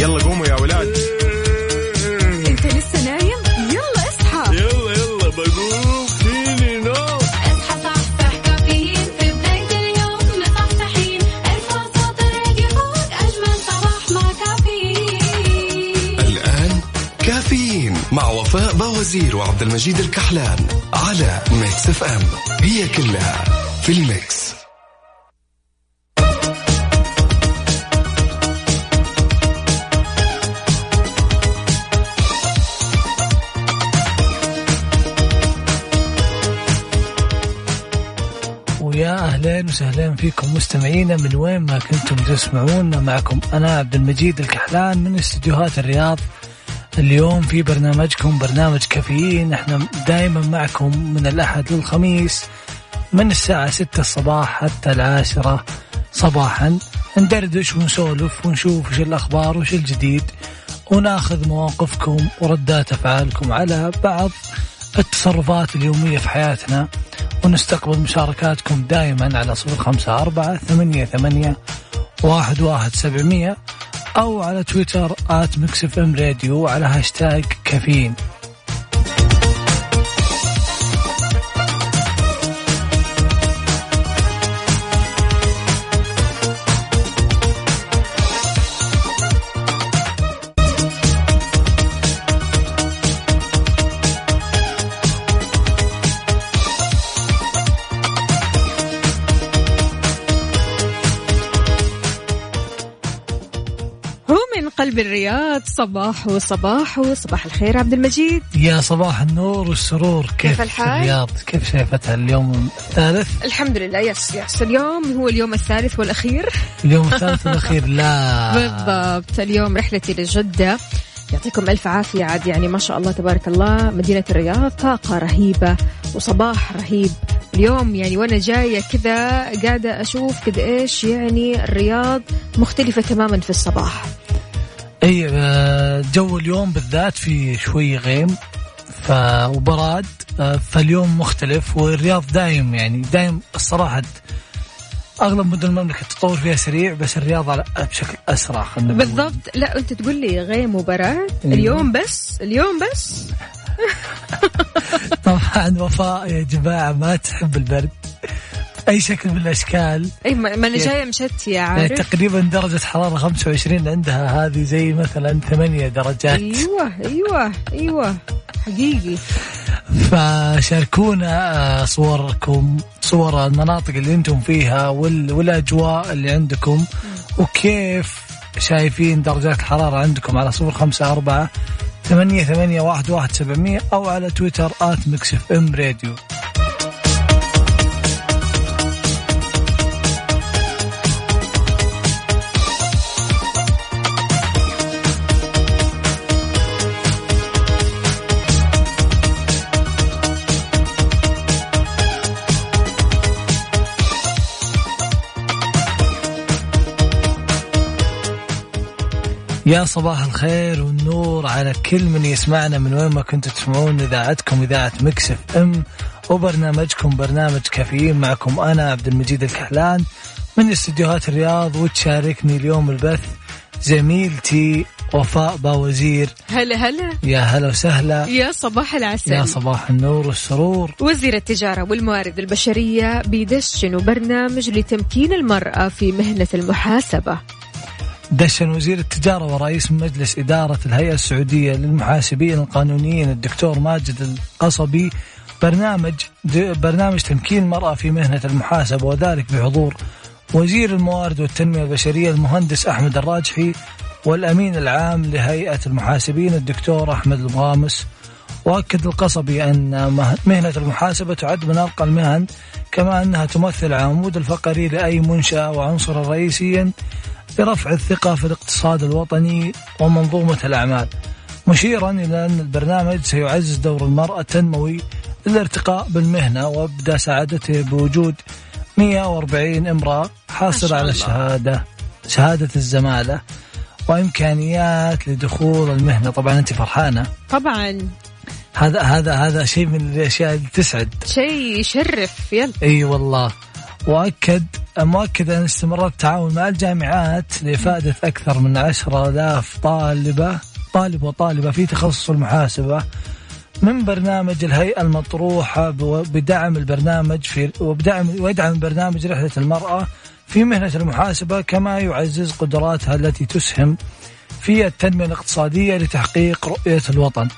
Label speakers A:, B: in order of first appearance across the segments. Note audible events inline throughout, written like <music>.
A: يلا قوموا يا ولاد
B: انت لسه نايم يلا اصحى
A: يلا يلا بقوم فيني نوم
C: اصحى صحصح كافيين في بداية اليوم مصحصحين ارفع صوت الراديو فوق أجمل صباح مع كافيين
D: الآن كافيين مع وفاء بوازير وعبد المجيد الكحلان على ميكس اف ام هي كلها في الميكس
E: ويا اهلين وسهلين فيكم مستمعينا من وين ما كنتم تسمعونا معكم انا عبد المجيد الكحلان من استديوهات الرياض اليوم في برنامجكم برنامج كافيين احنا دائما معكم من الاحد للخميس من الساعة 6 الصباح حتى العاشرة صباحا ندردش ونسولف ونشوف وش الأخبار وش الجديد وناخذ مواقفكم وردات أفعالكم على بعض التصرفات اليومية في حياتنا ونستقبل مشاركاتكم دائما على صفر خمسة أربعة ثمانية ثمانية واحد واحد سبعمية أو على تويتر آت مكسف ام راديو على هاشتاج كافيين
B: هو من قلب الرياض صباح وصباح وصباح الخير عبد المجيد
E: يا صباح النور والسرور كيف,
B: كيف الحال؟
E: الرياض كيف شايفتها اليوم الثالث
B: الحمد لله يس يس اليوم هو اليوم الثالث والأخير
E: اليوم الثالث الأخير لا
B: <laughs> بالضبط اليوم رحلتي لجدة يعطيكم ألف عافية عاد يعني ما شاء الله تبارك الله مدينة الرياض طاقة رهيبة وصباح رهيب اليوم يعني وأنا جاية كذا قاعدة أشوف كذا إيش يعني الرياض مختلفة تماما في الصباح
E: اي آه، جو اليوم بالذات في شوي غيم ف وبراد آه، فاليوم مختلف والرياض دايم يعني دايم الصراحه اغلب مدن المملكه التطور فيها سريع بس الرياض على- بشكل اسرع خلينا نقول.
B: بالضبط لا أنت تقول لي غيم مباراة اليوم بس اليوم بس
E: طبعا وفاء يا جماعه ما تحب البرد باي شكل من الاشكال
B: اي إيه، ما ما انا
E: يعني-
B: جايه مشتيه
E: يعني
B: عارف
E: تقريبا درجه حراره 25 عندها هذه زي مثلا 8 درجات
B: ايوه ايوه ايوه حقيقي
E: فشاركونا آه، صوركم صور المناطق اللي انتم فيها وال... والاجواء اللي عندكم وكيف شايفين درجات الحرارة عندكم على صفر خمسة أربعة ثمانية ثمانية واحد واحد سبعمية أو على تويتر آت مكسف ام راديو يا صباح الخير والنور على كل من يسمعنا من وين ما كنتوا تسمعون اذاعتكم اذاعه مكسف ام وبرنامجكم برنامج كافيين معكم انا عبد المجيد الكحلان من استديوهات الرياض وتشاركني اليوم البث زميلتي وفاء باوزير
B: هلا هلا
E: يا هلا وسهلا
B: يا صباح العسل
E: يا صباح النور والسرور
B: وزير التجارة والموارد البشرية بيدشنوا برنامج لتمكين المرأة في مهنة المحاسبة
E: دشن وزير التجارة ورئيس مجلس إدارة الهيئة السعودية للمحاسبين القانونيين الدكتور ماجد القصبي برنامج د- برنامج تمكين المرأة في مهنة المحاسبة وذلك بحضور وزير الموارد والتنمية البشرية المهندس أحمد الراجحي والأمين العام لهيئة المحاسبين الدكتور أحمد الغامس وأكد القصبي أن مه- مهنة المحاسبة تعد من أرقى المهن كما أنها تمثل العمود الفقري لأي منشأة وعنصرا رئيسيا لرفع الثقة في الاقتصاد الوطني ومنظومة الأعمال مشيرا إلى أن البرنامج سيعزز دور المرأة التنموي للارتقاء بالمهنة وأبدى سعادته بوجود 140 امرأة حاصلة على الشهادة شهادة الزمالة وإمكانيات لدخول المهنة طبعا أنت فرحانة
B: طبعا
E: هذا هذا هذا شيء من الاشياء اللي تسعد
B: شيء يشرف يلا
E: اي والله واكد مؤكد ان استمرار التعاون مع الجامعات لافاده اكثر من 10000 طالبه طالب وطالبه في تخصص المحاسبه من برنامج الهيئه المطروحه بو- بدعم البرنامج في وبدعم ويدعم برنامج رحله المراه في مهنه المحاسبه كما يعزز قدراتها التي تسهم في التنميه الاقتصاديه لتحقيق رؤيه الوطن.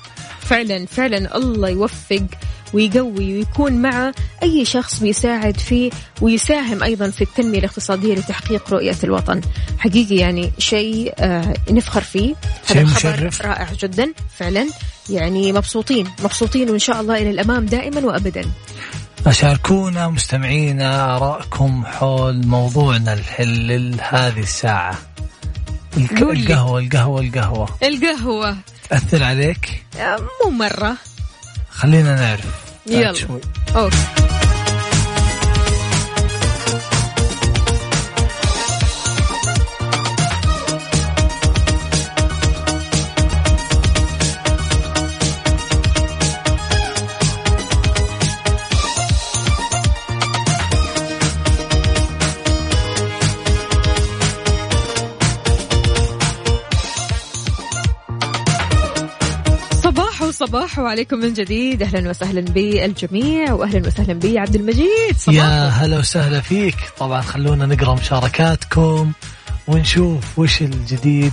B: فعلا فعلا الله يوفق ويقوي ويكون مع أي شخص بيساعد فيه ويساهم أيضا في التنمية الاقتصادية لتحقيق رؤية الوطن حقيقي يعني شيء آه، نفخر فيه
E: شيء
B: هذا خبر
E: مشرف.
B: رائع جدا فعلا يعني مبسوطين مبسوطين وإن شاء الله إلى الأمام دائما وأبدا
E: شاركونا مستمعينا آرائكم حول موضوعنا الحل هذه الساعة الك-
B: قولي.
E: القهوة القهوة القهوة
B: القهوة
E: تأثر عليك
B: آه، مو مرة
E: خلينا نعرف بعد
B: يلا.
E: شوي.
B: أوكي صباح وصباح عليكم من جديد اهلا وسهلا بالجميع واهلا وسهلا بعبد المجيد
E: يا
B: صباح
E: هلا وسهلا فيك طبعا خلونا نقرأ مشاركاتكم ونشوف وش الجديد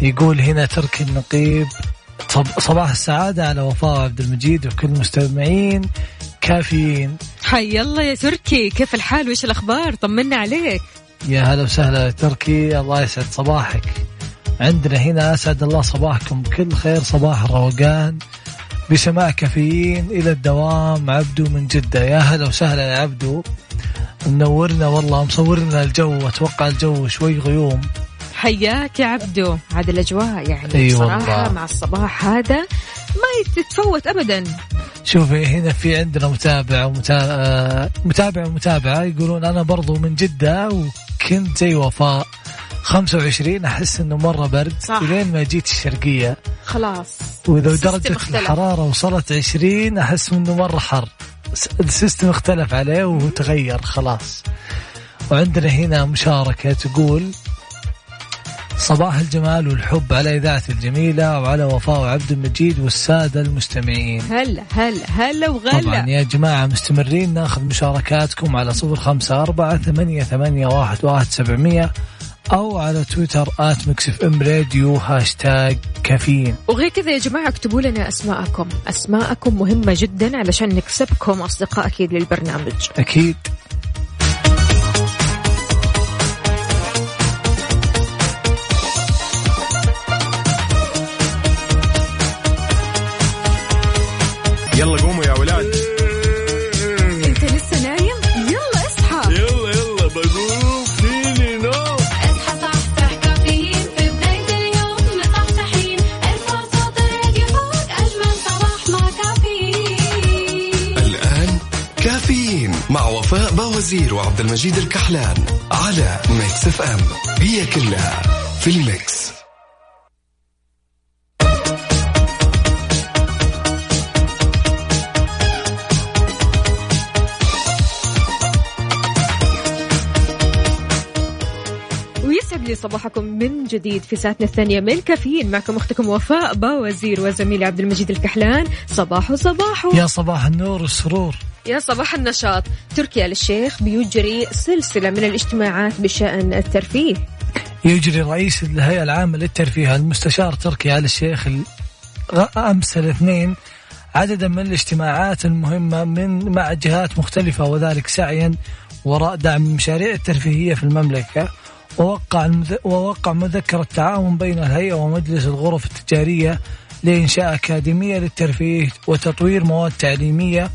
E: يقول هنا تركي النقيب صب- صباح السعادة على وفاء عبد المجيد وكل المستمعين كافيين
B: حي الله يا تركي كيف الحال وش الاخبار طمنا عليك
E: يا هلا وسهلا يا تركي الله يسعد صباحك عندنا هنا اسعد الله صباحكم بكل خير صباح الروقان بسماع كافيين الى الدوام عبدو من جده يا هلا وسهلا يا عبدو منورنا والله مصورنا الجو اتوقع الجو شوي غيوم
B: حياك يا عبدو عاد الاجواء يعني
E: أي
B: بصراحه
E: والله.
B: مع الصباح هذا ما يتفوت ابدا
E: شوفي هنا في عندنا متابع ومتابع متابع ومتابعه يقولون انا برضو من جده وكنت زي وفاء 25 احس انه مره برد
B: صح.
E: لين ما جيت الشرقيه
B: خلاص
E: واذا
B: السيستم
E: درجة
B: اختلف.
E: الحرارة وصلت 20 احس انه مرة حر. س- السيستم اختلف عليه وتغير خلاص. وعندنا هنا مشاركة تقول صباح الجمال والحب على إذاعة الجميلة وعلى وفاء وعبد المجيد والسادة المستمعين
B: هلا هلا هلا
E: طبعا
B: وغلا
E: يا جماعة مستمرين ناخذ مشاركاتكم على صفر خمسة أربعة ثمانية, ثمانية واحد, واحد سبعمية أو على تويتر آت مكسف ام راديو هاشتاج كافيين
B: وغير كذا يا جماعه اكتبوا لنا اسماءكم اسماءكم مهمه جدا علشان نكسبكم اصدقاء اكيد للبرنامج
E: أكيد
A: يلا قوموا يا ولاد
C: انت لسه نايم يلا اصحى
A: يلا يلا بقوم فيني نوم
C: اصحى صحصح كافيين في بداية اليوم مصحصحين الفرصة تراك فوق اجمل صباح مع كافيين
D: الآن كافيين مع وفاء بوازير وعبد المجيد الكحلان على ميكس اف ام هي كلها في الميكس
B: ويسعد لي صباحكم من جديد في ساعتنا الثانية من كافيين معكم أختكم وفاء باوزير وزميلي عبد المجيد الكحلان صباح صباح
E: يا صباح النور والسرور
B: يا صباح النشاط تركي آل الشيخ بيجري سلسلة من الاجتماعات بشأن الترفيه
E: يجري رئيس الهيئة العامة للترفيه المستشار تركي آل الشيخ ال- غ- أمس الاثنين عددا من الاجتماعات المهمة من مع جهات مختلفة وذلك سعيا وراء دعم المشاريع الترفيهية في المملكة ووقع المذ... ووقع مذكرة تعاون بين الهيئة ومجلس الغرف التجارية لإنشاء أكاديمية للترفيه وتطوير مواد تعليمية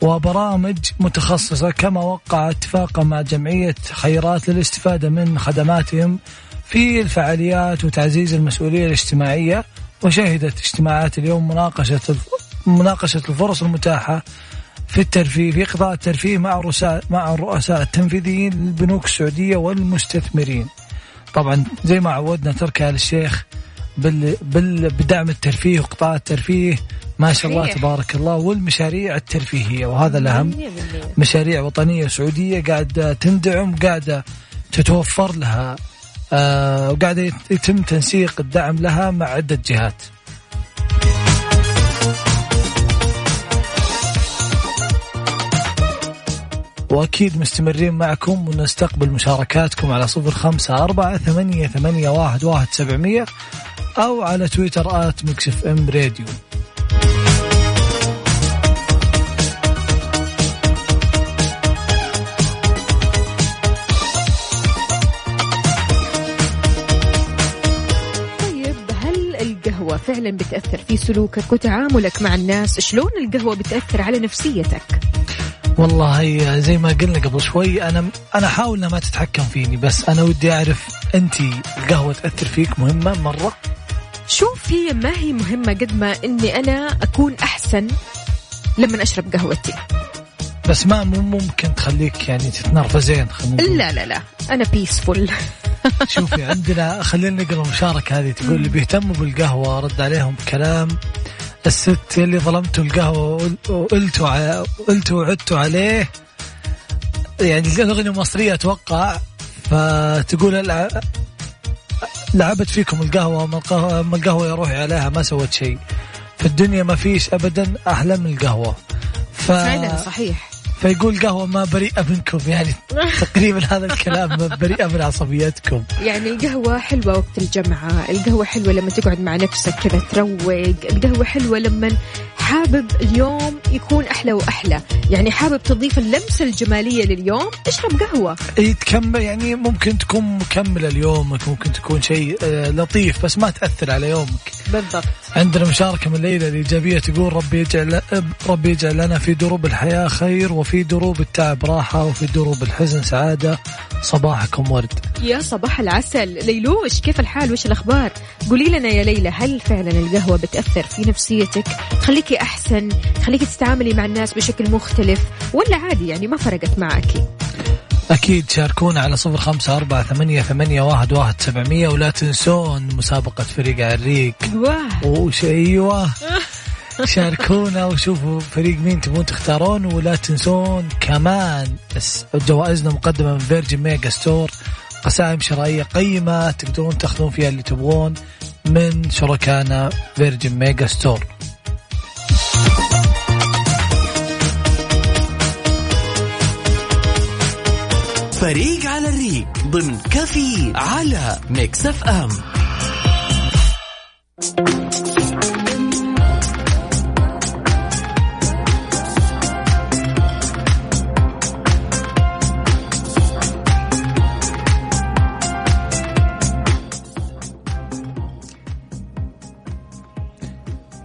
E: وبرامج متخصصة كما وقع اتفاقا مع جمعية خيرات للاستفادة من خدماتهم في الفعاليات وتعزيز المسؤولية الاجتماعية وشهدت اجتماعات اليوم مناقشة الف... مناقشة الفرص المتاحة في الترفيه في قطاع الترفيه مع رؤساء مع الرؤساء التنفيذيين للبنوك السعودية والمستثمرين. طبعا زي ما عودنا تركي آل الشيخ بال... بال... بدعم الترفيه وقطاع الترفيه ما شاء الله
B: صحيح.
E: تبارك الله والمشاريع الترفيهيه وهذا الاهم
B: 100%.
E: مشاريع وطنيه سعوديه قاعده تندعم قاعده تتوفر لها آه، وقاعده يت- يتم تنسيق الدعم لها مع عده جهات وأكيد مستمرين معكم ونستقبل مشاركاتكم على صفر خمسة أربعة ثمانية, ثمانية واحد, واحد سبعمية أو على تويتر آت مكسف ام راديو
B: طيب هل القهوة فعلا بتأثر في سلوكك وتعاملك مع الناس شلون القهوة بتأثر على نفسيتك
E: والله هي زي ما قلنا قبل شوي انا انا احاول انها ما تتحكم فيني بس انا ودي اعرف انت القهوه تاثر فيك مهمه مره
B: شوف هي ما هي مهمة قد ما اني انا اكون احسن لما اشرب قهوتي
E: بس ما مو ممكن تخليك يعني تتنرفزين خلينا نقول.
B: لا لا لا انا بيسفول
E: شوفي عندنا خلينا نقرا المشاركه هذه تقول اللي بيهتموا بالقهوه رد عليهم كلام الست اللي ظلمتوا القهوه وقل- وقلتوا ع- قلتوا وعدتوا عليه يعني الاغنيه مصريه اتوقع فتقول الع- لعبت فيكم القهوه ما القهوه, ما القهوة يا روحي عليها ما سوت شيء في الدنيا ما فيش ابدا احلى من القهوه ف...
B: فعلا صحيح
E: فيقول قهوة ما بريئة منكم يعني تقريبا هذا الكلام ما بريئة من عصبيتكم
B: يعني القهوة حلوة وقت الجمعة القهوة حلوة لما تقعد مع نفسك كذا تروق القهوة حلوة لما حابب اليوم يكون أحلى وأحلى يعني حابب تضيف اللمسة الجمالية لليوم اشرب قهوة
E: إي تكمل يعني ممكن تكون مكملة ليومك ممكن تكون شيء آه، لطيف بس ما تأثر على يومك
B: بالضبط
E: عندنا مشاركة من ليلى الإيجابية تقول ربي يجعل ربي يجعل لنا في دروب الحياة خير وفي دروب التعب راحة وفي دروب الحزن سعادة صباحكم ورد
B: يا صباح العسل ليلوش كيف الحال وش الأخبار قولي لنا يا ليلى هل فعلا القهوة بتأثر في نفسيتك خليكي أحسن خليكي تتعاملي مع الناس بشكل مختلف ولا عادي يعني ما فرقت معك
E: أكيد شاركونا على صفر خمسة أربعة ثمانية, ثمانية واحد, واحد سبعمية ولا تنسون مسابقة فريق عريق
B: واه
E: وش ايوه شاركونا وشوفوا فريق مين تبون تختارون ولا تنسون كمان اس- جوائزنا مقدمه من فيرجن ميجا ستور قسائم شرائيه قيمه تقدرون تاخذون فيها اللي تبغون من شركائنا فيرجن ميجا ستور
F: فريق على الريق ضمن كفي على ميكس اف ام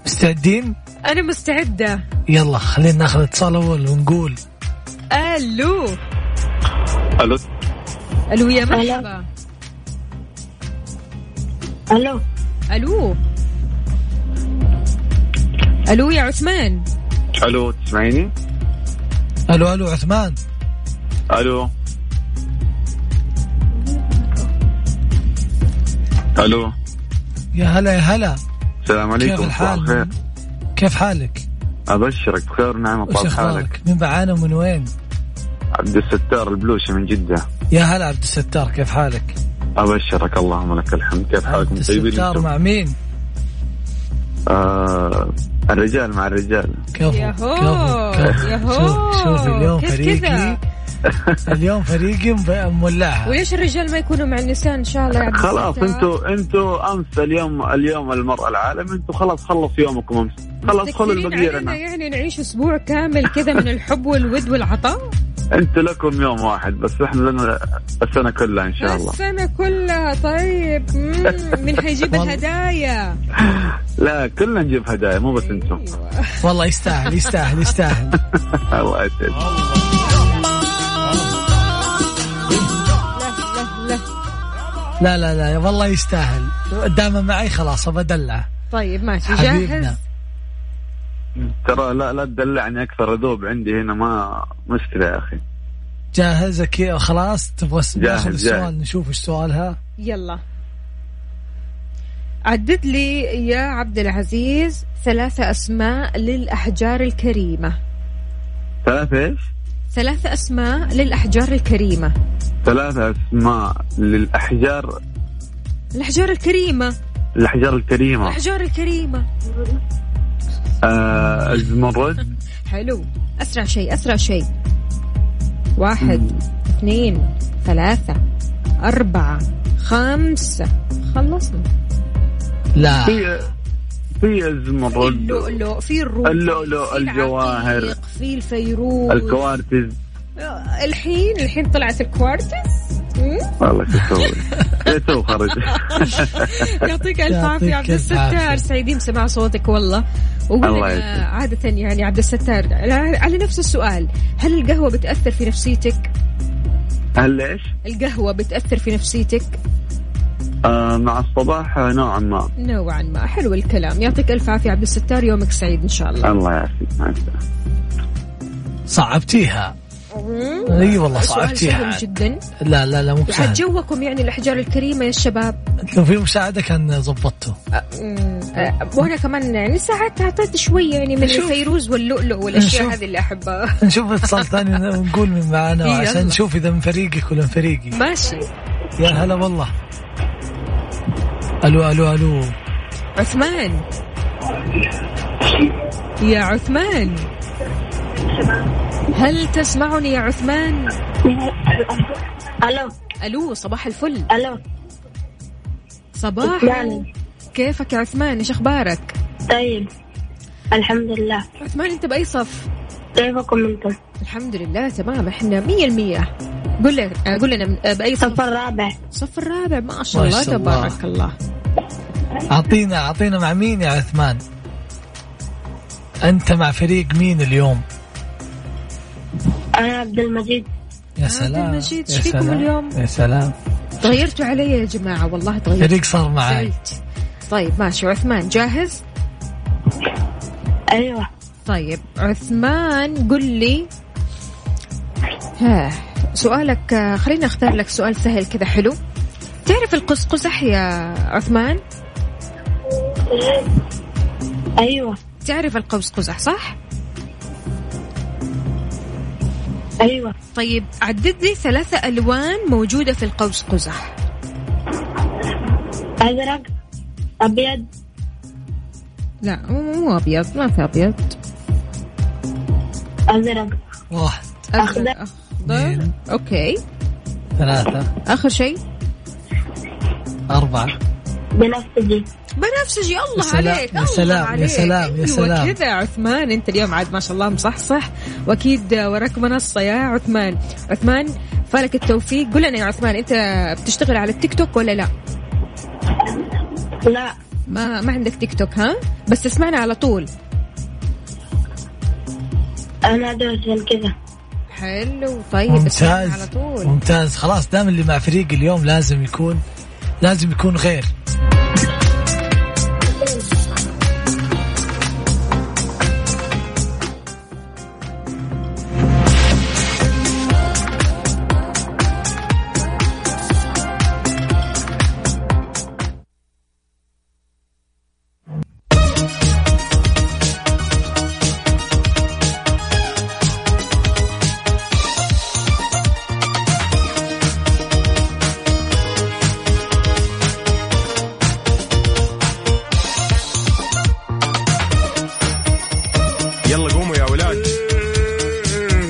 E: مستعدين؟
B: أنا مستعدة
E: يلا خلينا ناخذ اتصال اول ونقول
B: ألو
A: الو
B: الو يا مرحبا
G: الو
B: الو الو يا عثمان
A: الو تسمعيني؟
E: الو الو عثمان
A: الو الو
E: يا هلا يا هلا
A: السلام عليكم
E: كيف
A: صباح الخير.
E: الحال؟ كيف حالك؟
A: ابشرك بخير ونعمة
E: وش
A: طال حالك
E: اخبارك؟ من بعانا ومن وين؟
A: عبد الستار البلوشي من جدة
E: يا هلا عبد الستار كيف حالك؟
A: ابشرك اللهم لك الحمد كيف
E: عبد
A: حالكم طيبين
E: الستار
A: انتم؟
E: مع مين؟
A: آه الرجال مع الرجال
E: كفو
B: ياهو،
E: كفو، كفو.
B: ياهو.
E: شوف شوف اليوم
B: كيف
E: فريقي اليوم فريقي مب- مولعها
B: وليش الرجال ما يكونوا مع النساء ان شاء الله يا عبد
A: خلاص
B: الستار؟
A: انتوا انتوا امس اليوم اليوم المرأة العالمي انتوا خلاص خلص يومكم امس خلاص نعم. خلوا
B: متذكرين
A: البقية
B: علينا
A: لنا
B: يعني نعيش اسبوع كامل كذا من الحب والود
A: <laughs>
B: والعطاء
A: انتوا لكم يوم واحد بس احنا لنا السنة كلها ان شاء الله
B: السنه كلها طيب مم، من
A: <laughs>
B: حيجيب
E: والله.
B: الهدايا
A: لا كلنا نجيب هدايا مو بس انتم
E: والله يستاهل يستاهل يستاهل
A: <laughs> الله يسعدك
B: لا لا لا
E: لا لا لا والله يستاهل دائما معي خلاص بدلعه
B: طيب ماشي جاهز
E: حبيبنا
A: ترى لا لا تدلعني اكثر اذوب عندي هنا ما مشكله يا اخي
E: جاهز أكي- خلاص تبغى س-
A: جاهز،
E: ناخذ السؤال
A: جاهز.
E: نشوف ايش سؤالها
B: يلا عدد لي يا عبد العزيز ثلاثة أسماء للأحجار الكريمة
A: ثلاثة ايش؟
B: ثلاثة أسماء للأحجار الكريمة
A: ثلاثة اسماء للاحجار
B: الأحجار
A: آه.
B: الكريمة
A: الاحجار الكريمة
B: الأحجار الكريمة
A: آه الزمرد
B: حلو أسرع شيء أسرع شيء واحد اثنين ثلاثة أربعة خمسة خلصنا
E: لا
A: في في الزمرد
B: اللؤلؤ في الروح
A: اللؤلؤ، الجواهر.
B: في الفيروز
A: الكوارتز
B: الحين الحين طلعت
A: <laughs>
B: الكوارتز مم؟
A: والله شو اسوي؟ جيتو خرج
B: يعطيك الف
E: يعطيك
B: عافيه عبد
E: ألف
B: الستار
E: عافية.
B: سعيدين بسماع صوتك والله وقول لنا
A: الله يسعدك.
B: عاده يعني عبد الستار على- على نفس السؤال هل القهوه بتاثر في نفسيتك
A: هل ايش؟
B: القهوه بتاثر في نفسيتك
A: آه مع الصباح آه، نوعا ما
B: نوعا ما حلو الكلام يعطيك الف عافيه عبد الستار يومك سعيد ان شاء الله
A: الله يعافيك مع السلامة.
E: صعبتيها
B: مم.
E: اي والله
B: سؤال
E: صعبتيها
B: سهل جدا
E: لا لا لا مو
B: عاد
E: بسهل
B: جوكم يعني الاحجار الكريمه يا الشباب
E: لو في مساعده كان ظبطته
B: مم. أه، وانا كمان يعني ساعات اعطيت شويه يعني من
E: شوف.
B: الفيروز واللؤلؤ والاشياء
E: شوف.
B: هذه اللي احبها
E: نشوف اتصال ثاني ونقول من معنا
B: إيه، يلا.
E: عشان نشوف اذا من فريقك ولا من فريقي
B: ماشي
E: يا هلا والله الو الو الو
B: عثمان يا عثمان هل تسمعني يا عثمان
H: الو
B: الو صباح الفل
H: الو
B: صباح
H: يعني.
B: كيفك يا عثمان ايش اخبارك
H: طيب الحمد لله
B: عثمان انت باي صف
H: كيفكم انتم؟
B: الحمد لله تمام احنا مية المية قول لي قول لنا من- باي صف
H: صف الرابع
B: صف الرابع ما شاء الله
E: ما شاء الله.
B: تبارك الله
E: اعطينا اعطينا مع مين يا عثمان انت مع فريق مين اليوم
H: انا عبد المجيد
E: يا
B: عبد
E: سلام
B: المجيد،
E: يا
B: إيش فيكم
E: سلام.
B: اليوم؟
E: يا سلام
B: تغيرتوا علي يا جماعة والله تغيرت
E: فريق صار معي
B: زعلت. طيب ماشي عثمان جاهز
H: ايوه
B: طيب عثمان قل لي ها سؤالك آه، خليني اختار لك سؤال سهل كذا حلو تعرف القزقزح يا عثمان
H: ايوه
B: تعرف القزقزح صح
H: ايوه
B: طيب عدد لي ثلاثة ألوان موجودة في القزقزح
H: ازرق ابيض
B: لا مو مو أبيض ما في أبيض
H: ازرق
E: واحد
B: أخضر
H: أخضر.
B: أخضر نعم. أوكي
E: ثلاثة
B: آخر شيء
E: أربعة
H: بنفسجي
B: بنفسجي الله
E: سلام،
B: عليك
E: يا
B: الله
E: سلام، يا
B: عليك.
E: سلام، يا
B: أيوة
E: سلام.
B: كذا عثمان انت اليوم عاد ما شاء الله مصحصح واكيد وراك منصه يا عثمان عثمان فالك التوفيق قل لنا يا عثمان انت بتشتغل على التيك توك ولا لا
H: لا
B: ما ما عندك تيك توك ها بس تسمعنا على طول
H: انا ادرس من كذا
B: حلو طيب تسمعنا على
E: ممتاز
B: طول
E: ممتاز خلاص دام اللي مع فريق اليوم لازم يكون لازم يكون غير
F: يلا قوموا يا ولاد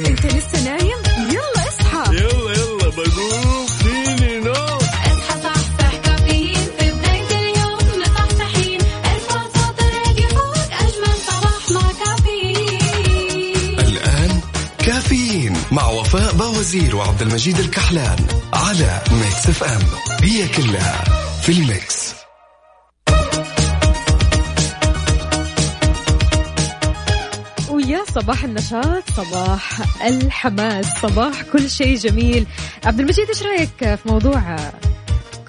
B: انت لسه نايم يلا اصحى
F: يلا يلا بقوم فيني نوم
C: اصحى صحصح كافيين في بداية اليوم مصحصحين الفرصة تراك يفوت أجمل صباح مع كافيين
D: الآن كافيين مع وفاء باوزير وعبد المجيد الكحلان على ميكس اف ام هي كلها في الميكس
B: ويا صباح النشاط صباح الحماس صباح كل شيء جميل عبد المجيد ايش رايك في موضوع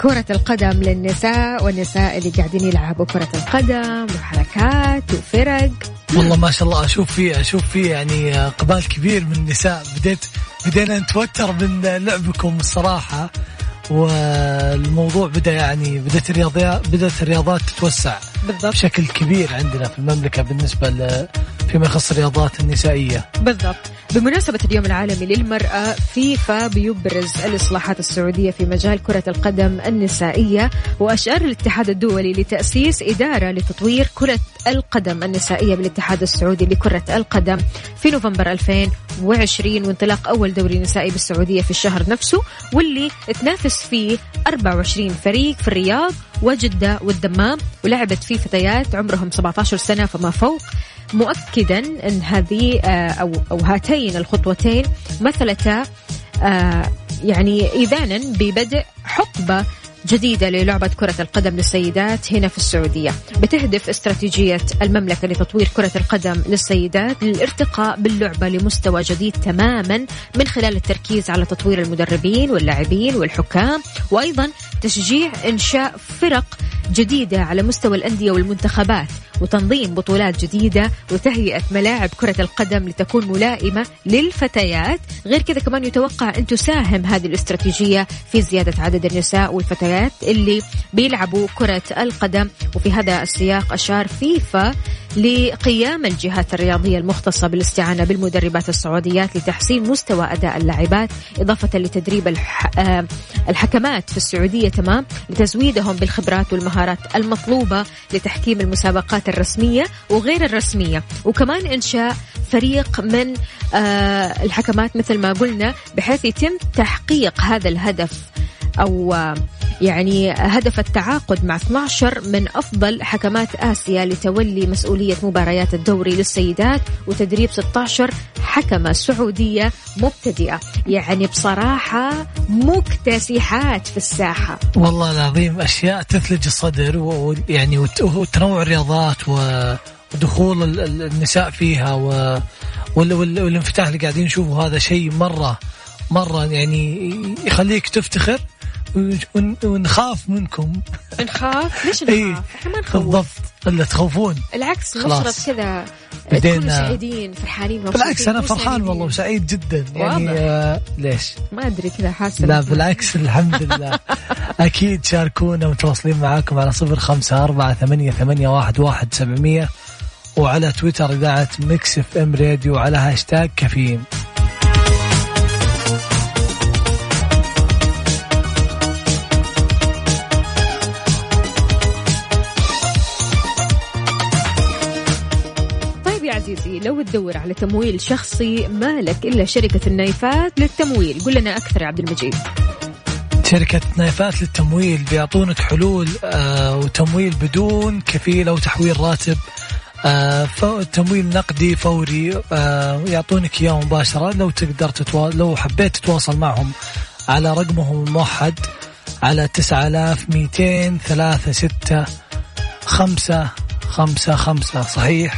B: كرة القدم للنساء والنساء اللي قاعدين يلعبوا كرة القدم وحركات وفرق
E: والله ما شاء الله اشوف فيه اشوف فيه يعني اقبال كبير من النساء بديت بدينا نتوتر من لعبكم الصراحه والموضوع بدا يعني بدات الرياضيات بدات الرياضات تتوسع
B: بالضبط
E: بشكل كبير عندنا في المملكه بالنسبه ل فيما يخص الرياضات النسائيه
B: بالضبط بمناسبة اليوم العالمي للمرأة فيفا بيبرز الإصلاحات السعودية في مجال كرة القدم النسائية وأشار الاتحاد الدولي لتأسيس إدارة لتطوير كرة القدم النسائية بالاتحاد السعودي لكرة القدم في نوفمبر 2020 وانطلاق أول دوري نسائي بالسعودية في الشهر نفسه واللي تنافس فيه 24 فريق في الرياض وجدة والدمام ولعبت فيه فتيات عمرهم 17 سنة فما فوق مؤكدا ان هذه آه، او او هاتين الخطوتين مثلتا آه، يعني اذانا ببدء حقبه جديدة للعبة كرة القدم للسيدات هنا في السعودية بتهدف استراتيجية المملكة لتطوير كرة القدم للسيدات للارتقاء باللعبة لمستوى جديد تماما من خلال التركيز على تطوير المدربين واللاعبين والحكام وأيضا تشجيع إنشاء فرق جديدة على مستوى الأندية والمنتخبات وتنظيم بطولات جديدة وتهيئة ملاعب كرة القدم لتكون ملائمة للفتيات غير كذا كمان يتوقع أن تساهم هذه الاستراتيجية في زيادة عدد النساء والفتيات اللي بيلعبوا كرة القدم وفي هذا السياق أشار فيفا لقيام الجهات الرياضية المختصة بالاستعانة بالمدربات السعوديات لتحسين مستوى أداء اللاعبات إضافة لتدريب الح... آه، الحكمات في السعودية تمام لتزويدهم بالخبرات والمهارات المطلوبة لتحكيم المسابقات الرسمية وغير الرسمية وكمان إنشاء فريق من آه، الحكمات مثل ما قلنا بحيث يتم تحقيق هذا الهدف أو يعني هدف التعاقد مع 12 من أفضل حكمات آسيا لتولي مسؤولية مباريات الدوري للسيدات وتدريب 16 حكمة سعودية مبتدئة يعني بصراحة مكتسحات في الساحة
E: والله العظيم اشياء تثلج الصدر ويعني وتنوع الرياضات و- ودخول ال- ال- النساء فيها و وال- وال- والانفتاح اللي قاعدين نشوفه هذا شيء مره مره يعني يخليك تفتخر ون- ونخاف منكم
B: نخاف ليش
E: إيه.
B: نخاف احنا ما نخوف
E: بالضبط الا تخوفون
B: العكس
E: خلاص.
B: نشرب كذا
E: بدينا-
B: تكونوا سعيدين فرحانين مبسوطين،
E: بالعكس انا
B: مو
E: فرحان
B: سعيدين.
E: والله وسعيد جدا يعني
B: واضح.
E: آه ليش؟
B: ما ادري كذا حاسه
E: لا بالعكس الحمد لله أكيد شاركونا متواصلين معاكم على صفر خمسة أربعة ثمانية, ثمانية واحد, واحد سبعمية وعلى تويتر إذاعة ميكس اف ام راديو على هاشتاج كافيين
B: طيب يا عزيزي لو تدور على تمويل شخصي مالك الا شركه النايفات للتمويل قل لنا اكثر يا عبد المجيد
E: شركة نايفات للتمويل بيعطونك حلول آه وتمويل بدون كفيل أو تحويل راتب آه فو- تمويل نقدي فوري آه يعطونك إياه مباشرة لو تقدر تتوا... لو حبيت تتواصل معهم على رقمهم الموحد على 9200 خمسة خمسة خمسة صحيح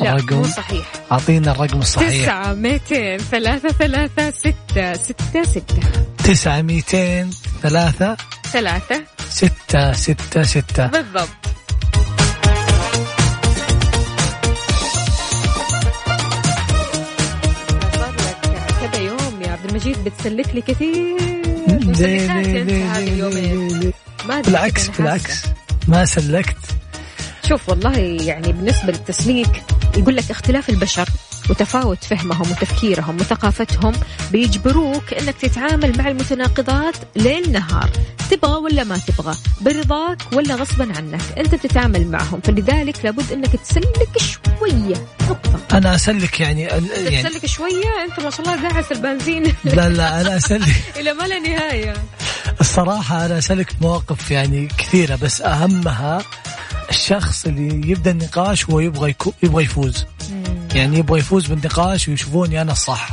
B: لا مو
E: الرقم
B: صحيح
E: أعطينا الرقم الصحيح
B: تسعة 200 ثلاثة ثلاثة ستة ستة ستة
E: تسعة ميتين ثلاثة
B: ثلاثة
E: ستة ستة ستة
B: بالضبط صار لك كذا يوم يا عبد المجيد بتسلك لي كثير مسلكات
E: ليه-
B: انت
E: ليه-
B: هذه
E: ليه-
B: اليومين
E: ليه- ليه.
B: ما أدري
E: بالعكس
B: كيف أنا حاسة.
E: بالعكس ما سلكت
B: شوف والله يعني بالنسبة للتسليك يقول لك اختلاف البشر وتفاوت فهمهم وتفكيرهم وثقافتهم بيجبروك انك تتعامل مع المتناقضات ليل نهار تبغى ولا ما تبغى برضاك ولا غصبا عنك انت بتتعامل معهم فلذلك لابد انك تسلك شوية نقطة
E: انا اسلك يعني ال-
B: إنت
E: يعني
B: تسلك شوية انت ما شاء الله دعس البنزين <laughs>
E: لا لا انا اسلك
B: الى ما لا نهاية
E: الصراحه انا اسلك مواقف يعني كثيره بس اهمها الشخص اللي يبدا النقاش وهو يبغى يكو يبغى يفوز يعني يبغى يفوز بالنقاش ويشوفوني انا الصح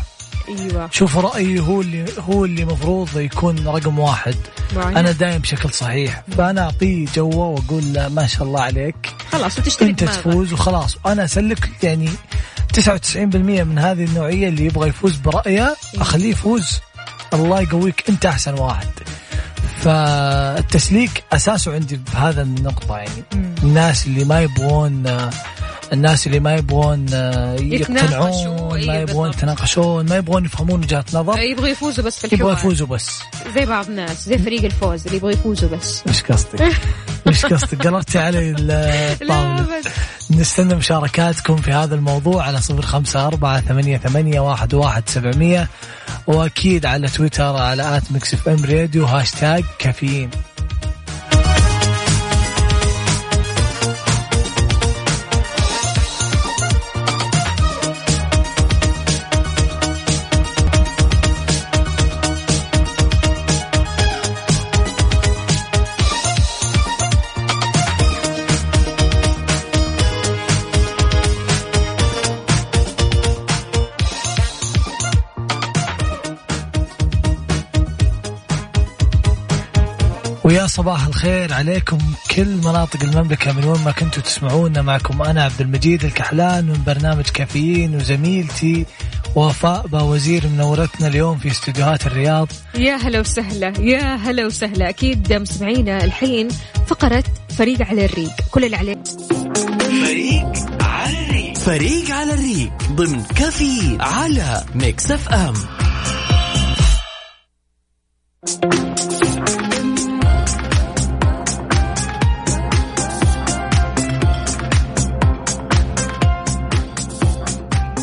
B: ايوه
E: شوف رايي هو اللي هو اللي مفروض يكون رقم واحد
B: معين.
E: انا دايم بشكل صحيح فانا اعطيه جوه واقول له ما شاء الله عليك
B: خلاص وتشترك
E: انت
B: معنا.
E: تفوز وخلاص انا اسلك يعني 99% من هذه النوعيه اللي يبغى يفوز برايه
B: إيه.
E: اخليه يفوز الله يقويك انت احسن واحد فالتسليك اساسه عندي بهذا النقطه يعني الناس اللي ما يبغون آه، الناس اللي ما يبغون آه، يقتنعون
B: يتناقشوا، أي
E: ما يبغون
B: بالضبط.
E: يتناقشون ما يبغون يفهمون وجهة نظر
B: يبغوا يفوزوا بس في
E: يبغوا
B: الحوار
E: يفوزوا بس
B: زي بعض الناس زي فريق الفوز اللي يبغوا يفوزوا بس
E: ايش
B: <laughs>
E: قصدك؟ ايش قصدك؟ قلبتي علي الطاولة
B: لا بس
E: نستنى مشاركاتكم في هذا الموضوع على صفر خمسة أربعة ثمانية, ثمانية واحد, واحد سبعمية وأكيد على تويتر على آت ميكس اف ام راديو هاشتاج كافيين ويا صباح الخير عليكم كل مناطق المملكة من وين ما كنتوا تسمعونا معكم أنا عبد المجيد الكحلان من برنامج كافيين وزميلتي وفاء باوزير منورتنا اليوم في استديوهات الرياض
B: يا هلا وسهلا يا هلا وسهلا اكيد مستمعينا الحين فقره فريق على الريق كل اللي عليه
I: فريق على الريق فريق على الريق ضمن كفي على ميكس اف ام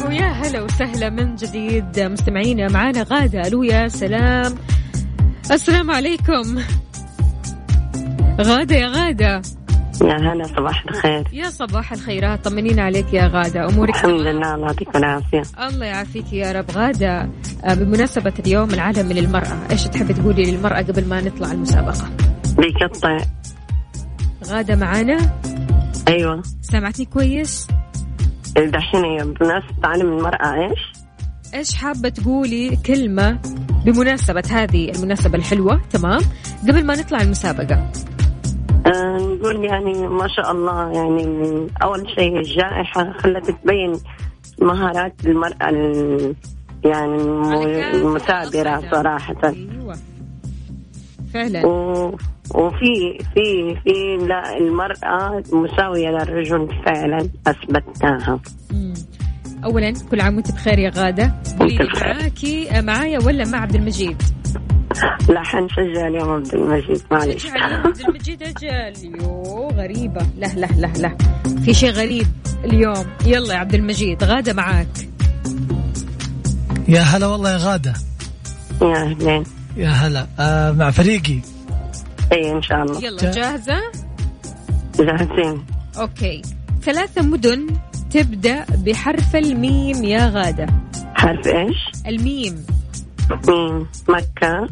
B: ويا هلا وسهلا من جديد مستمعينا معانا غاده الو يا سلام السلام عليكم غاده يا غاده
H: يا هلا صباح الخير
B: يا صباح الخيرات طمنينا عليك يا غاده امورك
H: الحمد لله الله يعطيك العافية
B: الله يعافيك يا رب غاده آه، بمناسبه اليوم العالمي للمراه ايش تحبي تقولي للمراه قبل ما نطلع المسابقه
H: بيقطع
B: غاده معانا
H: أيوة
B: سمعتني كويس
H: دحين هي بمناسبة عالم المرأة إيش؟
B: ايش حابه تقولي كلمه بمناسبه هذه المناسبه الحلوه تمام قبل ما نطلع المسابقه
H: آه نقول يعني ما شاء الله يعني من أول شيء الجائحة خلت تبين مهارات المرأة ال- يعني
B: على
H: الم-
B: كيف
H: المثابرة
B: أصلاً.
H: صراحة
B: ايوه فعلا
H: و... وفي في في لا المرأة مساوية للرجل فعلا أثبتناها
B: مم. اولا كل عام وانت بخير يا غاده قولي لي
H: وأنت بخير.
B: معاكي آه، معايا ولا مع عبد
H: <laughs>
B: المجيد
H: لا حنشجع اليوم عبد المجيد معلش
B: شجع اليوم عبد المجيد اجل يو غريبه لا لا لا لا في شيء غريب اليوم يلا يا عبد المجيد غاده معاك
E: يا هلا والله يا غادة
H: يا أهلين
E: يا هلا آه مع فريقي
H: اي ان إيه، شاء الله
B: يلا جاهزه
H: جاهزين
B: اوكي ثلاثة مدن تبدأ بحرف الميم يا غادة
H: حرف ايش؟
B: الميم
H: ميم مكة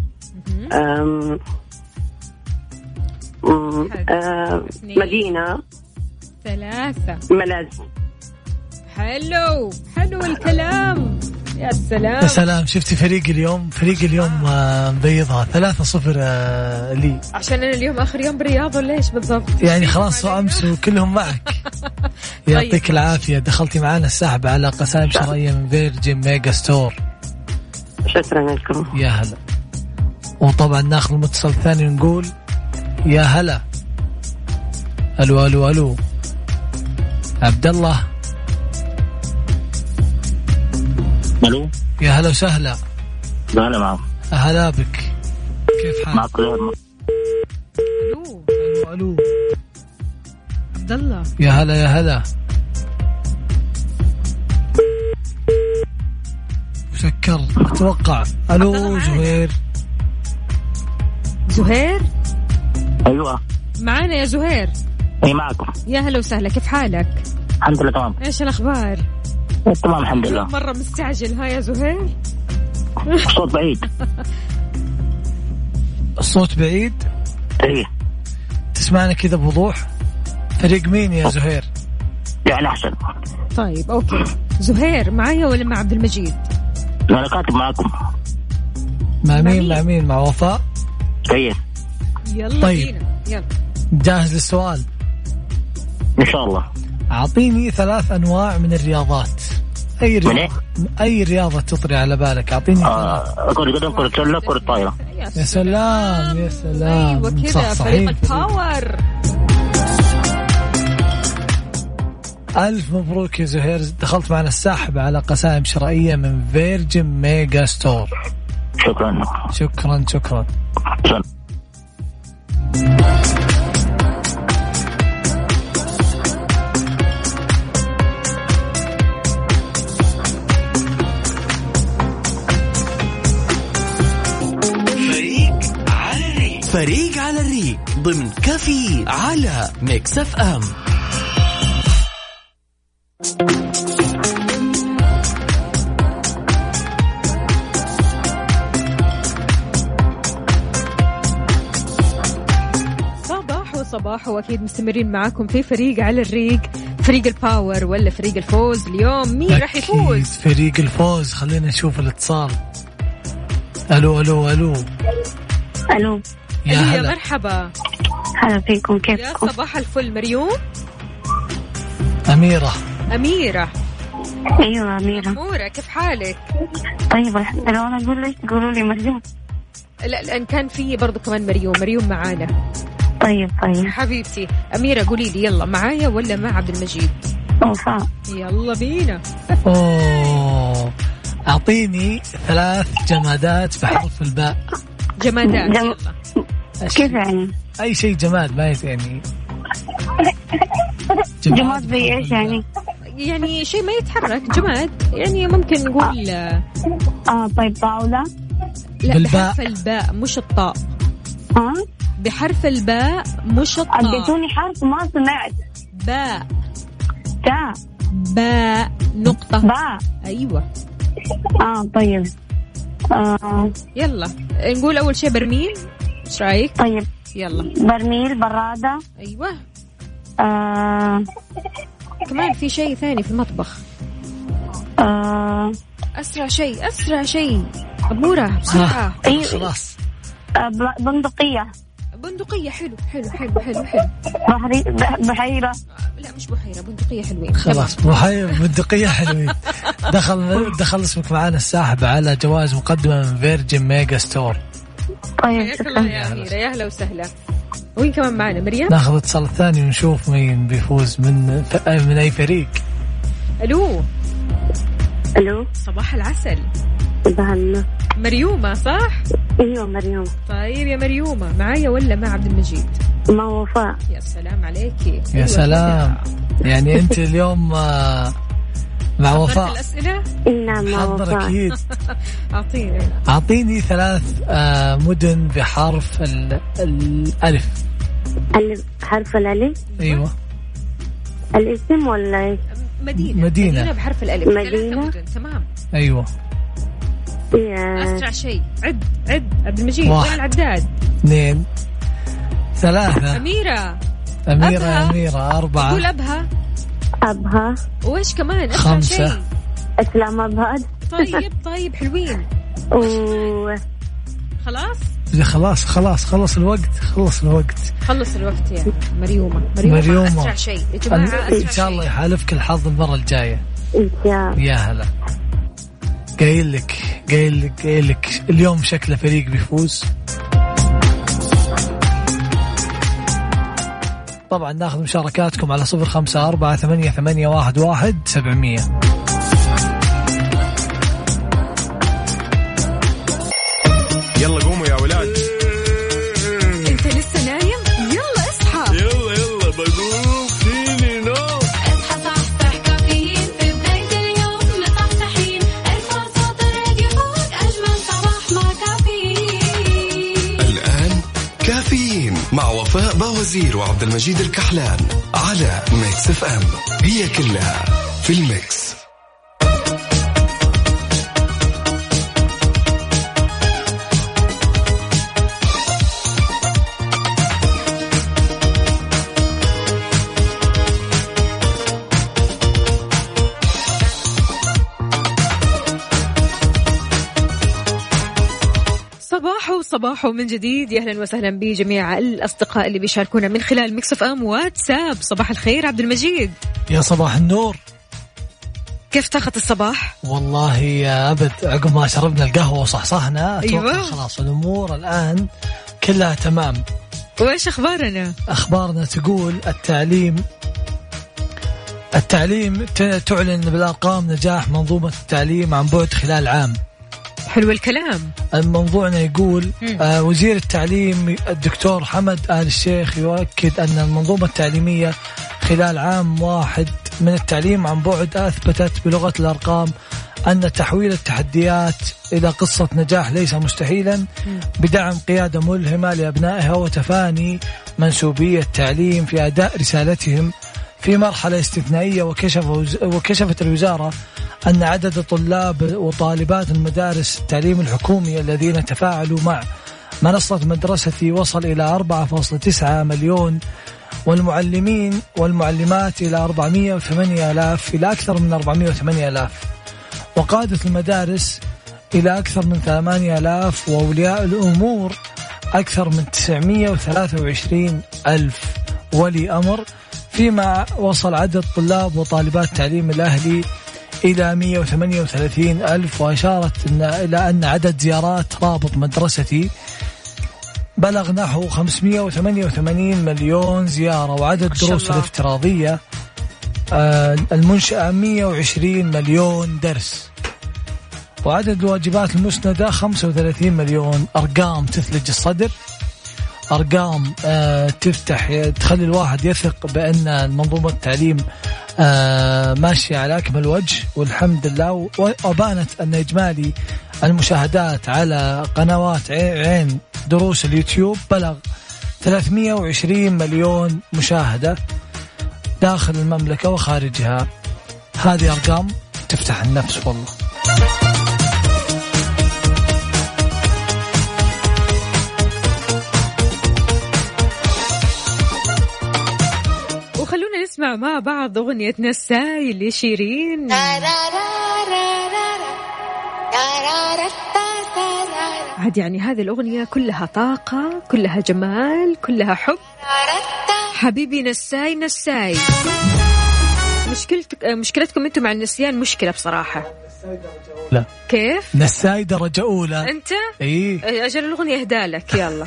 B: مهم.
H: أم أم،
B: حرف.
H: آه،
B: اثنين.
H: مدينة
B: ثلاثة
H: ملاذ
B: حلو حلو الكلام يا
E: يا
B: سلام
E: سلام شفتي فريق اليوم فريق اليوم آه، مبيضها ثلاثة صفر آه، لي
B: عشان أنا اليوم آخر يوم برياض ولا إيش بالضبط
E: يعني خلاص وامس وكلهم معك يعطيك العافية دخلتي معانا السحب على قسائم شرعية من فيرجن ميجا ستور
H: شكرا لكم
E: يا هلا وطبعا ناخذ المتصل الثاني ونقول يا هلا الو الو الو عبد الله
J: الو
E: يا هلا وسهلا
J: هلا معك
E: هلا بك كيف حالك؟
J: معك رياض
B: ألو،
E: الو الو
B: عبد الله
E: يا هلا يا هلا مسكر اتوقع الو زهير
B: زهير
J: ايوه
B: معانا يا زهير
J: اي معكم
B: يا هلا وسهلا كيف حالك
J: الحمد لله تمام
B: إيش الأخبار
J: تمام الحمد لله
B: مرة مستعجل ها يا زهير
J: الصوت بعيد
E: الصوت بعيد
J: ايه
E: تسمعنا كذا بوضوح فريق مين يا زهير
J: يعني احسن
B: طيب أوكي زهير معايا ولا مع عبد المجيد
J: انا كاتب معكم
E: مع مين
B: مين؟
E: مع مين مع وفاء
J: ايه
B: يلا
E: طيب.
B: بينا يلا
E: جاهز للسؤال
J: ان شاء الله
E: اعطيني ثلاث انواع من الرياضات اي رياضه اي رياضه تطري على بالك اعطيني ثلاث
J: آه، كرة قدم كرة سلة كرة طايرة
E: يا سلام أيوة، يا سلام
B: ايوه كذا
E: صح-
B: فريق
E: صحيح.
B: الباور
E: ألف مبروك يا زهير دخلت معنا السحب على قسائم شرائية من فيرجن ميجا ستور
J: شكرا
E: شكرا شكرا
F: فريق على الريق فريق على الريق ضمن كفي على ميكس اف ام
B: صباح وصباح واكيد مستمرين معاكم في فريق على الريق فريق الباور ولا فريق الفوز اليوم مين إيه، راح
E: أكيد
B: يفوز
E: فريق الفوز خلينا نشوف الاتصال الو الو الو
H: الو
E: يا
B: يا
E: هلا
B: مرحبا
H: هلا فيكم
B: يا
H: كيفكم؟
B: صباح الفل مريوم
E: اميره
B: أميرة
H: ايوه اميره
B: أمورة كيف حالك
H: طيب الحمد لله وانا اقول لك قولوا لي مريم
B: لا لأن كان في برضو كمان مريوم مريوم معانا
H: طيب طيب
B: حبيبتي أميرة قولي لي يلا معايا ولا مع عبد المجيد
H: وفاء
B: يلا بينا
E: اوه اعطيني ثلاث جمادات بحرف الباء
B: جمادات
H: جم-
B: يلا
H: كيف يعني؟
E: اي شيء جماد ما يت- يعني
H: جماد زي ايش يعني؟
B: يعني شيء ما يتحرك جماد يعني ممكن نقول
H: اه طيب طاوله
B: لا
E: بالباء.
B: بحرف الباء مش الطاء
H: ها؟
B: بحرف الباء مش الطاء
H: اديتوني حرف ما سمعت
B: باء
H: تاء
B: باء نقطة
H: باء
B: أيوة
H: اه طيب آه
B: يلا نقول أول شيء برميل إيش رأيك
H: طيب
B: يلا
H: برميل برادة
B: أيوة
H: آه
B: كمان في شيء ثاني في المطبخ
H: آه
B: أسرع شيء أسرع شيء أمورة بسرعة
H: أيوة
E: خلاص
H: آه، ب- بندقية
B: بندقية حلو حلو حلو حلو حلو
H: بحري بح- بحيرة
B: لا مش بحيرة بندقية حلوين
E: خلاص محي بندقية حلوين دخل دخل اسمك معانا الساحب على جوائز مقدمة من فيرجن ميجا ستور
H: طيب
B: حياك الله
H: شكرا
B: يا أميرة يا أهلا وسهلا وين كمان معنا مريم
E: ناخذ اتصال ثاني ونشوف مين بيفوز من ف- من اي فريق
B: ألو
K: الو
B: صباح العسل
K: صباح النور
B: مريومة صح
K: ايوه مريم
B: طيب يا مريومة معايا ولا مع عبد المجيد
K: ما وفاء
B: يا سلام عليكي أيوة.
E: يا سلام يعني انت اليوم آه، مع
B: وفاء
E: وفاء
B: الأسئلة
K: إي نعم ما
E: حضر
K: وفاء
E: اكيد
B: أعطيني
E: اعطيني ثلاث آه، مدن بحرف ال- ال- الالف
K: الف حرف الالف
E: ايوه
K: الاسم ولا إيه؟
B: مدينة
E: مدينة.
B: بحرف الألف
K: مدينة.
B: ثلاثة مدن تمام
E: ايوه
H: آه.
K: إيه،
B: أسرع شيء عد عد عبد المجيد
E: واحد.
B: وين العداد
E: اثنين ثلاثة
B: أميرة
E: أميرة
B: أبها.
E: أميرة أربعة
B: قول أبها
K: ابها
B: وإيش كمان أسرع
E: خمسة.
B: شيء
K: اسلام ابهد
B: طيب طيب حلوين
K: و
B: خلاص
E: خلاص خلاص خلص الوقت خلص الوقت
B: خلص الوقت يا مريومة مريومة,
E: مريومة.
B: أسرع شيء يا جماعة أسرع
E: إن شاء الله
B: شيء.
E: يحالفك الحظ المرة الجاية
K: ان شاء الله
E: يا هلا قايل لك قايل لك قايل لك اليوم شكله فريق بيفوز طبعا ناخذ مشاركاتكم على صفر خمسة أربعة ثمانية, ثمانية واحد, واحد سبعمية
D: يلا قوموا يا ولاد
B: أنت لسه نايم يلا اصحى
D: يلا يلا بقوم فيني نوم
C: اصحى صحصح كافيين في بداية اليوم مصحصحين ارفع صوت الراديو فوق أجمل صباح مع كافيين
D: الآن كافيين مع وفاء بوازير وعبد المجيد الكحلان على ميكس اف ام هي كلها في الميكس
B: صباح وصباح من جديد يا اهلا وسهلا بجميع الاصدقاء اللي بيشاركونا من خلال ميكس اف ام واتساب صباح الخير عبد المجيد
E: يا صباح النور
B: كيف تاخذ الصباح؟
E: والله يا أبد عقب ما شربنا القهوة وصحصحنا أتوقع
B: أيوة.
E: خلاص الأمور الآن كلها تمام
B: وايش اخبارنا؟
E: أخبارنا تقول التعليم التعليم ت- تعلن بالارقام نجاح منظومه التعليم عن بعد خلال عام
B: حلو الكلام
E: الموضوعنا يقول
B: مم.
E: آه وزير التعليم الدكتور حمد آل الشيخ يؤكد أن المنظومة التعليمية خلال عام واحد من التعليم عن بعد أثبتت بلغة الأرقام أن تحويل التحديات إلى قصة نجاح ليس مستحيلا بدعم قيادة ملهمة لأبنائها وتفاني منسوبي التعليم في أداء رسالتهم في مرحلة استثنائية وكشف وز- وكشفت الوزارة أن عدد طلاب وطالبات المدارس التعليم الحكومي الذين تفاعلوا مع منصة مدرستي وصل إلى 4.9 مليون والمعلمين والمعلمات إلى 408 ألاف إلى أكثر من 408 ألاف وقادة المدارس إلى أكثر من 8 ألاف وأولياء الأمور أكثر من 923 ألف ولي أمر فيما وصل عدد طلاب وطالبات التعليم الأهلي إلى 138 ألف وأشارت إن- إلى أن عدد زيارات رابط مدرستي بلغ نحو 588 مليون زيارة وعدد
B: شاء
E: دروس
B: الله.
E: الافتراضية آه، المنشأة 120 مليون درس وعدد الواجبات المسندة 35 مليون أرقام تثلج الصدر أرقام آه، تفتح تخلي الواحد يثق بأن منظومة التعليم آه، ماشية على أكمل وجه والحمد لله و- وأبانت أن إجمالي المشاهدات على قنوات عي- عين دروس اليوتيوب بلغ 320 مليون مشاهدة داخل المملكة وخارجها هذه أرقام تفتح النفس والله
B: وخلونا نسمع مع بعض أغنية نساي لشيرين عاد يعني هذه الأغنية كلها طاقة كلها جمال كلها حب حبيبي نساي نساي مشكلتك مشكلتكم انتم مع النسيان مشكلة بصراحة
E: لا
B: كيف؟
E: نساي درجة أولى
B: انت؟
E: إيه
B: اجل الاغنية اهدالك يلا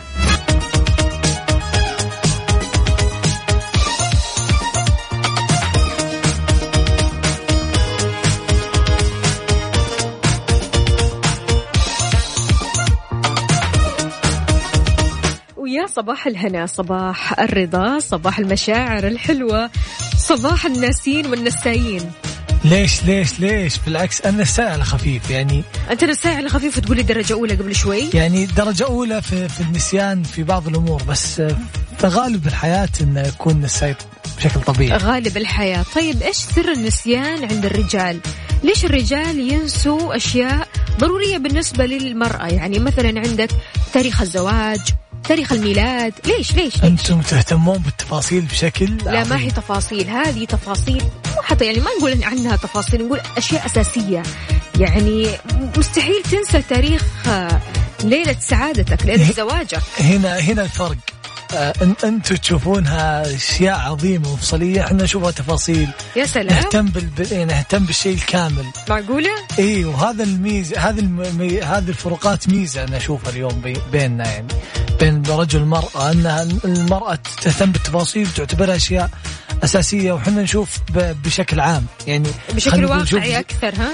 B: ويا صباح الهنا صباح الرضا صباح المشاعر الحلوة صباح الناسين والنسايين
E: ليش ليش ليش بالعكس أنا النساء على خفيف يعني
B: أنت نساي على خفيف وتقولي درجة أولى قبل شوي
E: يعني درجة أولى في, في النسيان في بعض الأمور بس آه، فغالب الحياة أن يكون نساي بشكل طبيعي
B: غالب الحياة طيب إيش سر النسيان عند الرجال ليش الرجال ينسوا أشياء ضرورية بالنسبة للمرأة يعني مثلا عندك تاريخ الزواج تاريخ الميلاد ليش ليش ليش
E: أنتم تهتمون بالتفاصيل بشكل
B: لا ما
E: عظيم.
B: هي تفاصيل هذه تفاصيل مو حتى يعني ما نقول عنها تفاصيل نقول أشياء أساسية يعني مستحيل تنسى تاريخ آه، ليلة سعادتك
E: <laughs>
B: ليلة زواجك
E: هنا هنا الفرق آه، أن- أنتم تشوفونها أشياء عظيمة ومفصلية إحنا نشوفها تفاصيل
B: يا سلام
E: نهتم بال... بال- يعني نهتم بالشيء الكامل
B: معقولة
E: اي إيه، وهذا الميزه هذه الم... مي- هذه الفروقات ميزه انا اشوفها اليوم بي... بيننا يعني بين الرجل والمراه انها المراه تهتم بالتفاصيل وتعتبرها اشياء اساسيه وحنا نشوف ب... بشكل عام يعني
B: بشكل
E: خلينا نقول شوف-
B: واقعي أكثر ها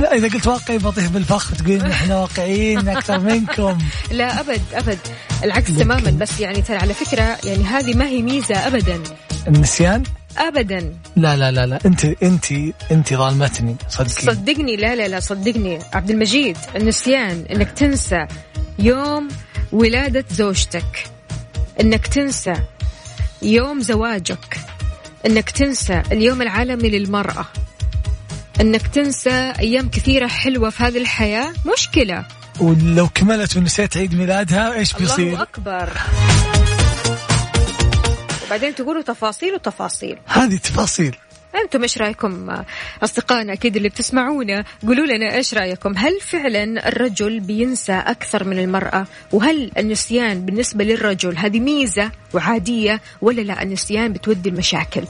E: لا اذا قلت واقعي بطيح بالفخ تقولين احنا واقعيين اكثر منكم
B: لا ابد ابد العكس تماما بس يعني ترى على فكره يعني هذه ما هي ميزه ابدا
E: النسيان
B: ابدا
E: لا لا لا لا انت انت انت ظالمتني صدقي
B: صدقني لا لا لا صدقني عبد المجيد النسيان انك تنسى يوم ولاده زوجتك انك تنسى يوم زواجك انك تنسى اليوم العالمي للمراه انك تنسى ايام كثيره حلوه في هذه الحياه مشكله
E: ولو كملت ونسيت عيد ميلادها ايش بيصير؟
B: الله اكبر وبعدين تقولوا تفاصيل وتفاصيل
E: هذه تفاصيل
B: انتم ايش رايكم اصدقائنا اكيد اللي بتسمعونا قولوا لنا ايش رايكم هل فعلا الرجل بينسى اكثر من المراه وهل النسيان بالنسبه للرجل هذه ميزه وعاديه ولا لا النسيان بتودي المشاكل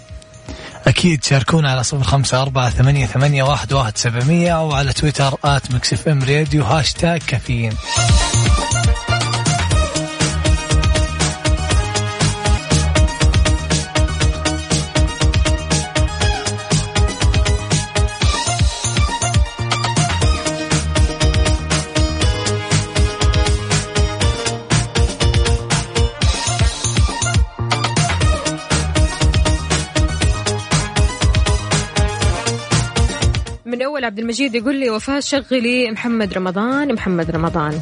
E: أكيد شاركونا على صفر خمسة أربعة ثمانية ثمانية واحد واحد سبعمية أو على تويتر آت مكسف أم راديو هاشتاج كافيين
B: من اول عبد المجيد يقول لي وفاء شغلي محمد رمضان محمد رمضان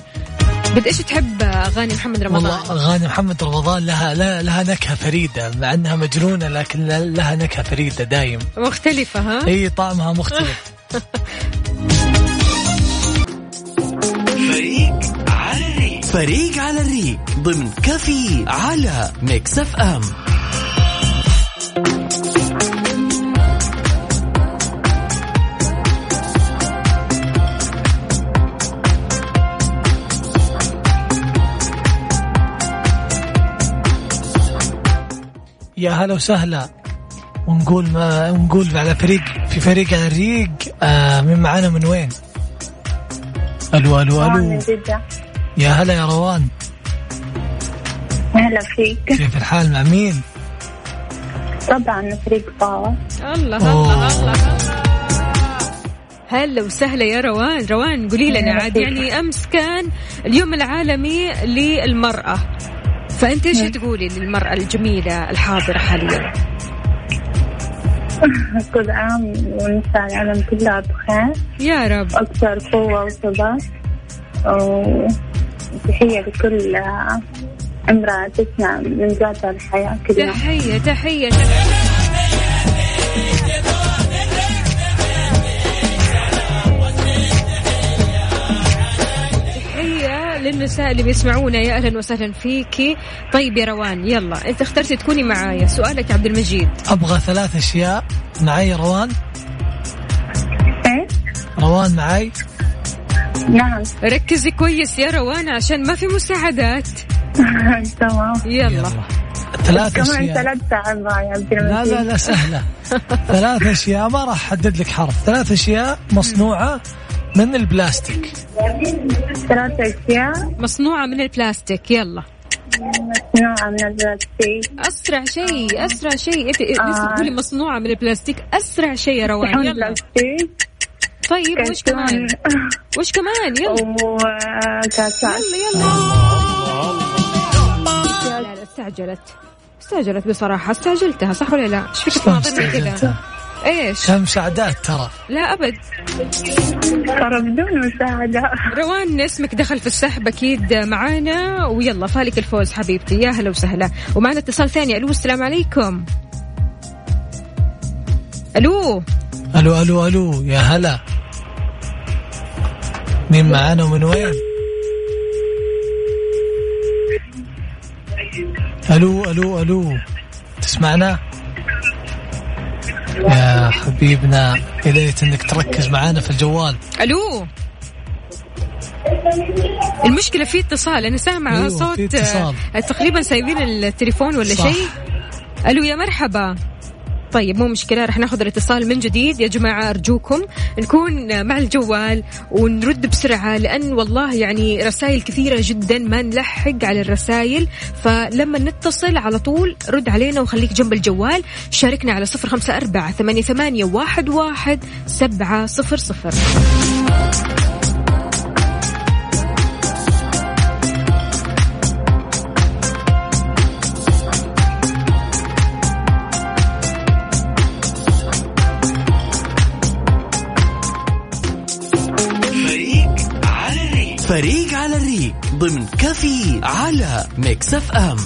B: بد ايش تحب اغاني محمد رمضان؟
E: والله اغاني محمد رمضان لها لها, لها نكهه فريده مع انها مجنونه لكن لها نكهه فريده دايم
B: مختلفة ها؟
E: اي طعمها مختلف
L: فريق على الريق فريق على الريق ضمن كفي على ميكس اف ام
E: يا هلا وسهلا ونقول ما ونقول على فريق في فريق على الريق آه من معانا من وين؟ الو الو
H: من
E: الو
H: جدة
E: يا هلا يا روان
H: أهلا فيك
E: كيف الحال مع مين؟
H: طبعا فريق باور
B: الله الله الله هلا وسهلا يا روان روان قولي لنا عاد يعني امس كان اليوم العالمي للمراه فانت ايش تقولي للمراه الجميله الحاضره حاليا
H: كل عام ونساء العالم كلها بخير
B: يا رب
H: أكثر قوة وثبات وتحية لكل امرأة تسمع من ذات الحياة كل يوم
B: تحيه تحيه تحية. تحية للنساء اللي بيسمعونا يا اهلا وسهلا فيكي طيب يا روان يلا انت اخترتي تكوني معايا سؤالك عبد المجيد
E: ابغى ثلاث اشياء معي روان
H: إيه؟
E: روان معي
H: نعم <laughs>
B: ركزي كويس يا روان عشان ما في مساعدات
H: تمام
B: يلا
E: ثلاث
H: كمان
E: اشياء
H: ثلاث ساعات بقى يا عبد
E: لا لا
H: المجيد
E: لا سهلة ثلاث أشياء ما راح أحدد لك حرف ثلاث أشياء مصنوعة من البلاستيك
H: ثلاث أشياء
B: مصنوعة من البلاستيك يلا
H: مصنوعة من البلاستيك
B: أسرع شيء أسرع شيء أنت
H: آه.
B: آه. تقولي مصنوعة من البلاستيك أسرع شيء يا روان
H: صحون
B: يلا
H: بلاستيك
B: طيب وش كمان
H: كرتون
B: وش كمان يلا
H: وكاسات
B: يلا يلا لا لا استعجلت استعجلت بصراحة استعجلتها صح ولا لا؟ ايش فيك تناظرني كذا؟ ايش؟
E: كم سعدات ترى
B: لا ابد
H: ترى بدون مساعدة
B: روان اسمك دخل في السحب اكيد معانا ويلا فالك الفوز حبيبتي يا هلا وسهلا ومعنا اتصال ثاني الو السلام عليكم الو
E: ألو ألو ألو يا هلا مين معانا ومن وين ألو ألو ألو تسمعنا يا حبيبنا يا ليت انك تركز معانا في الجوال
B: الو المشكلة في اتصال انا سامعة
E: أيوة، في
B: صوت
E: اتصال.
B: آه، تقريبا سايبين التليفون ولا
E: صح.
B: شيء الو يا مرحبا طيب مو مشكلة رح ناخذ الاتصال من جديد يا جماعة أرجوكم نكون مع الجوال ونرد بسرعة لأن والله يعني رسائل كثيرة جدا ما نلحق على الرسائل فلما نتصل على طول رد علينا وخليك جنب الجوال شاركنا على صفر خمسة أربعة ثمانية ثمانية واحد واحد سبعة صفر صفر
L: فريق على الريق فريق على الريق ضمن كفي على ميكس اف ام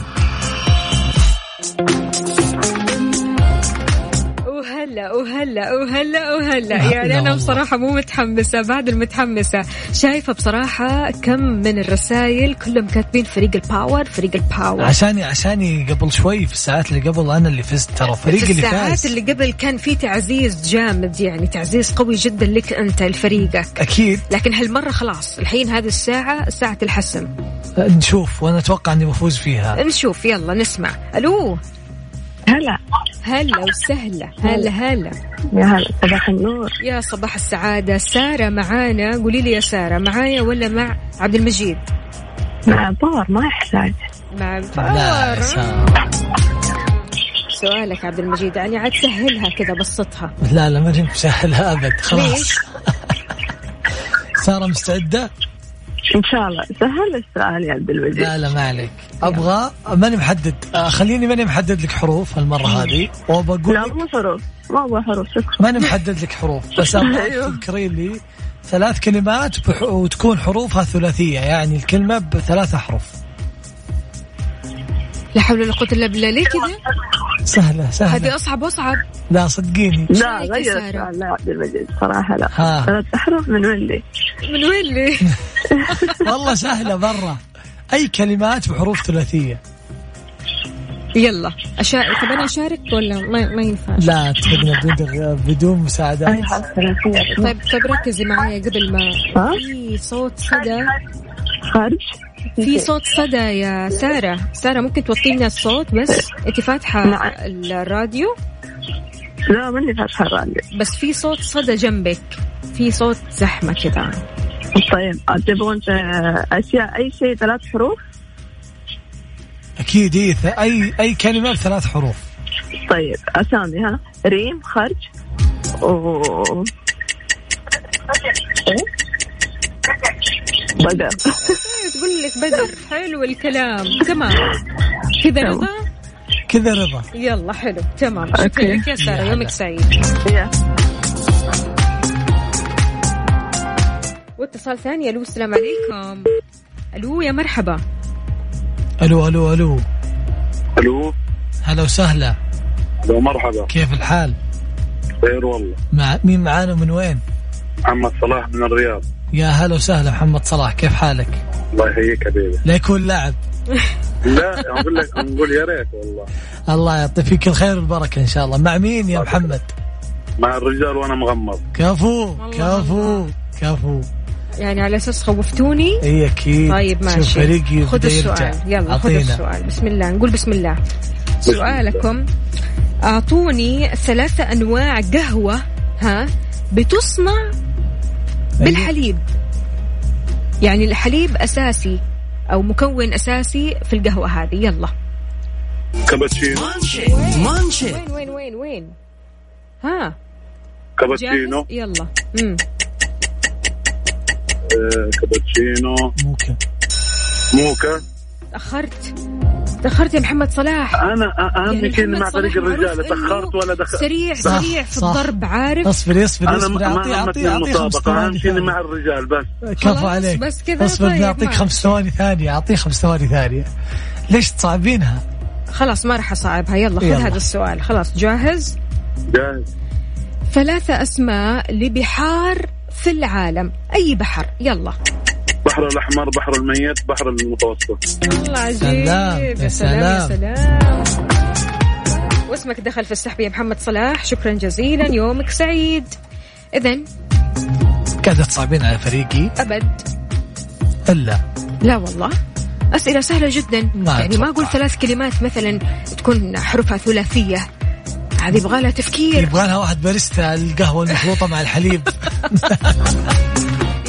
B: وهلا وهلا وهلا وهلا يعني انا بصراحه مو متحمسه بعد المتحمسه شايفه بصراحه كم من الرسائل كلهم كاتبين فريق الباور فريق الباور
E: عشاني عشاني قبل شوي في الساعات اللي قبل انا اللي فزت ترى الفريق
B: في
E: اللي
B: الساعات
E: فاز
B: اللي قبل كان في تعزيز جامد يعني تعزيز قوي جدا لك انت لفريقك
E: اكيد
B: لكن هالمره خلاص الحين هذه الساعه ساعه الحسم
E: نشوف وانا اتوقع اني بفوز فيها
B: نشوف يلا نسمع الو
H: هلا
B: هلا وسهلا هلا هلا
H: يا هلا صباح النور
B: يا صباح السعاده ساره معانا قولي لي يا ساره معايا ولا مع عبد المجيد
H: مع باور ما يحتاج
B: مع
E: لا يا
H: آه،
B: الباور
E: سارة.
B: سؤالك عبد المجيد يعني عاد سهلها كذا بسطها
E: لا لا ما <laughs> جبت سهل ابد خلاص
B: ليش؟
E: ساره مستعده
H: ان شاء الله سهل السؤال يا عبد الوزير
E: لا لا ما عليك ابغى ماني محدد آه، خليني ماني محدد لك حروف هالمره هذه وبقول
H: لا
E: لك
H: مو حروف ما ابغى حروف شكرا
E: ماني محدد لك حروف بس ابغاك
H: <laughs> أيوه.
E: تذكري لي ثلاث كلمات بح- وتكون حروفها ثلاثيه يعني الكلمه بثلاث احرف
B: لا حول ولا قوه الا بالله ليه كذا؟
E: سهله
B: هذه
E: سهله
B: اصعب واصعب
E: لا صدقيني
H: لا
B: شايك يا
H: غير
B: سارة.
H: السؤال لا يا عبد المجيد صراحه لا
E: ها.
H: <laughs> ثلاث احرف من وين لي؟
B: من وين لي؟ <laughs>
E: والله سهله برا اي كلمات بحروف ثلاثيه
B: يلا أشارك طب انا اشارك ولا ما, ما ينفع؟
E: لا تفقنا بدون آه، بدون مساعدات
H: اي حرف ثلاثيه
B: طيب طيب ركزي معايا قبل ما
H: ها؟
B: في صوت صدى
H: خارج
B: في صوت صدى يا سارة سارة ممكن توطي لنا الصوت بس انت
H: نعم.
B: فاتحة الراديو
H: لا مني فاتحه الراديو
B: بس في صوت صدى جنبك في صوت زحمة كذا
H: طيب تبغون آه، اشياء اي شيء ثلاث حروف
E: اكيد إيه ث- اي اي كلمه بثلاث حروف
H: طيب اسامي ها ريم خرج و إيه؟ بدر
B: تقول لك بدر حلو الكلام تمام كذا
H: تمام.
B: رضا
E: كذا رضا
B: يلا حلو تمام شكرا
H: أوكي.
B: لك يا سارة يومك سعيد
H: يا.
B: واتصال ثاني الو السلام عليكم الو يا مرحبا
E: الو الو الو
A: الو
E: هلا وسهلا
A: لو مرحبا
E: كيف الحال
A: خير والله
E: مع مين معانا من وين
A: محمد صلاح من الرياض
E: يا هلا وسهلا محمد صلاح كيف حالك
A: الله يحييك حبيبي
E: لا يكون لعب
A: لا اقول لك نقول يا ريت والله
E: الله يعطي فيك الخير والبركه ان شاء الله مع مين يا محمد
A: مع الرجال وانا مغمض
E: كفو
B: والله
E: كفو كفو
B: يعني على اساس خوفتوني
E: اي اكيد
B: طيب
E: شوف فريقي
B: ماشي خذ
E: بدا يرجع.
B: السؤال يلا خذ
E: اعطينا
B: السؤال بسم الله نقول بسم الله سؤالكم اعطوني ثلاثة انواع قهوة ها بتصنع
E: أيوة.
B: بالحليب يعني الحليب اساسي او مكون اساسي في القهوة هذه يلا
A: كابتشينو
M: مانشيت مانشيت
B: وين وين وين وين ها جاهز
A: كابتشينو
B: يلا امم
A: آه، كابتشينو
E: ممكن
A: موكا
B: تاخرت تاخرت يا محمد صلاح
A: انا أ- اهم شيء إني مع
B: محمد
A: فريق
B: صلاح
A: الرجال
B: معروف
A: تاخرت
B: يعني إنه
A: ولا دخلت
B: سريع
E: صح،
B: سريع في
E: صح.
B: الضرب عارف
E: اصبر اصبر
A: انا
E: اصبر
A: ما
E: اعطيه
A: ما
E: اعطيه اعطيه
A: همتني
E: خمس ثواني <laughs>
A: المسابقه اهم شيء إني
E: ثانية.
A: مع الرجال بس
E: كفو
B: خلاص،
E: عليك
B: بس كذا
E: اصبر
B: طيب،
E: بنعطيك
B: معك.
E: خمس ثواني ثانية اعطيه خمس ثواني ثانية ليش تصعبينها؟
B: خلاص ما راح اصعبها يلا خذ
E: يلا.
B: هذا السؤال خلاص جاهز
A: جاهز
B: ثلاثة اسماء لبحار في العالم اي بحر يلا
A: بحر الاحمر بحر الميت بحر المتوسط
B: الله عجيب
E: سلام،
B: يا
E: يا
B: سلام يا
E: سلام.
B: سلام واسمك دخل في السحب يا محمد صلاح شكرا جزيلا يومك سعيد اذا
E: قاعدة تصعبين على فريقي
B: ابد
E: الا
B: لا والله أسئلة سهلة جدا
E: ما
B: يعني ما
E: أتوقع.
B: أقول ثلاث كلمات مثلا تكون حروفها ثلاثية هذه يبغى لها تفكير
E: يبغى لها واحد باريستا القهوة المخلوطة
B: <laughs>
E: مع الحليب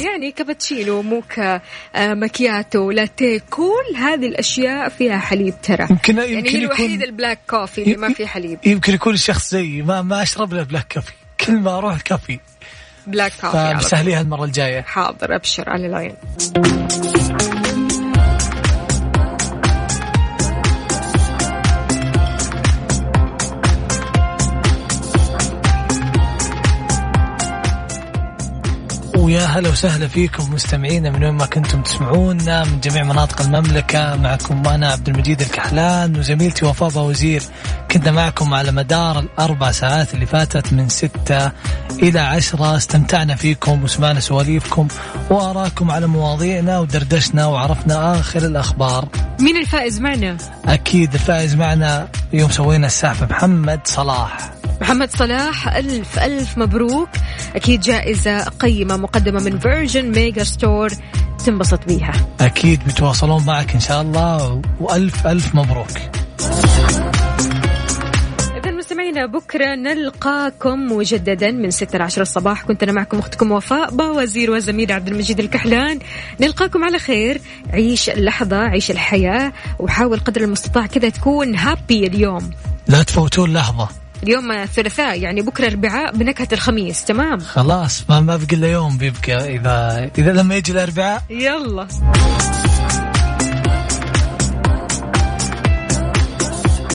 B: يعني كابتشينو موكا آه، ماكياتو لاتيه كل هذه الأشياء فيها حليب ترى
E: يمكن
B: يعني هي
E: Mm. يمكن
B: الوحيدة
E: يكون
B: البلاك كوفي اللي ما فيه حليب
E: يمكن يكون الشخص زيي ما ما اشرب له بلاك كافي كل ما اروح كافي
B: بلاك كوفي على طول.
E: فبسهليها المرة الجاية
B: حاضر أبشر على العين
E: ويا هلا وسهلا فيكم مستمعينا من وين ما كنتم تسمعونا من جميع مناطق المملكة معكم أنا عبد المجيد الكحلان وزميلتي وفاء وزير كنا معكم على مدار الأربع ساعات اللي فاتت من ستة إلى عشرة استمتعنا فيكم وسمعنا سواليفكم وآراءكم على مواضيعنا ودردشنا وعرفنا آخر الأخبار
B: مين الفائز معنا؟
E: أكيد الفائز معنا يوم سوينا السحب محمد صلاح
B: محمد صلاح ألف ألف مبروك أكيد جائزة قيمة مقدمة من فيرجن ميجا ستور تنبسط بيها
E: أكيد بيتواصلون معك إن شاء الله وألف ألف مبروك
B: إذا مستمعينا بكرة نلقاكم مجددا من 6 ل 10 الصباح كنت أنا معكم أختكم وفاء با وزير وزميل عبد المجيد الكحلان نلقاكم على خير عيش اللحظة عيش الحياة وحاول قدر المستطاع كذا تكون هابي اليوم
E: لا تفوتون لحظة
B: اليوم الثلاثاء يعني بكره اربعاء بنكهه الخميس تمام
E: خلاص ما ما بقى الا يوم بيبقى اذا اذا لما يجي الاربعاء
B: يلا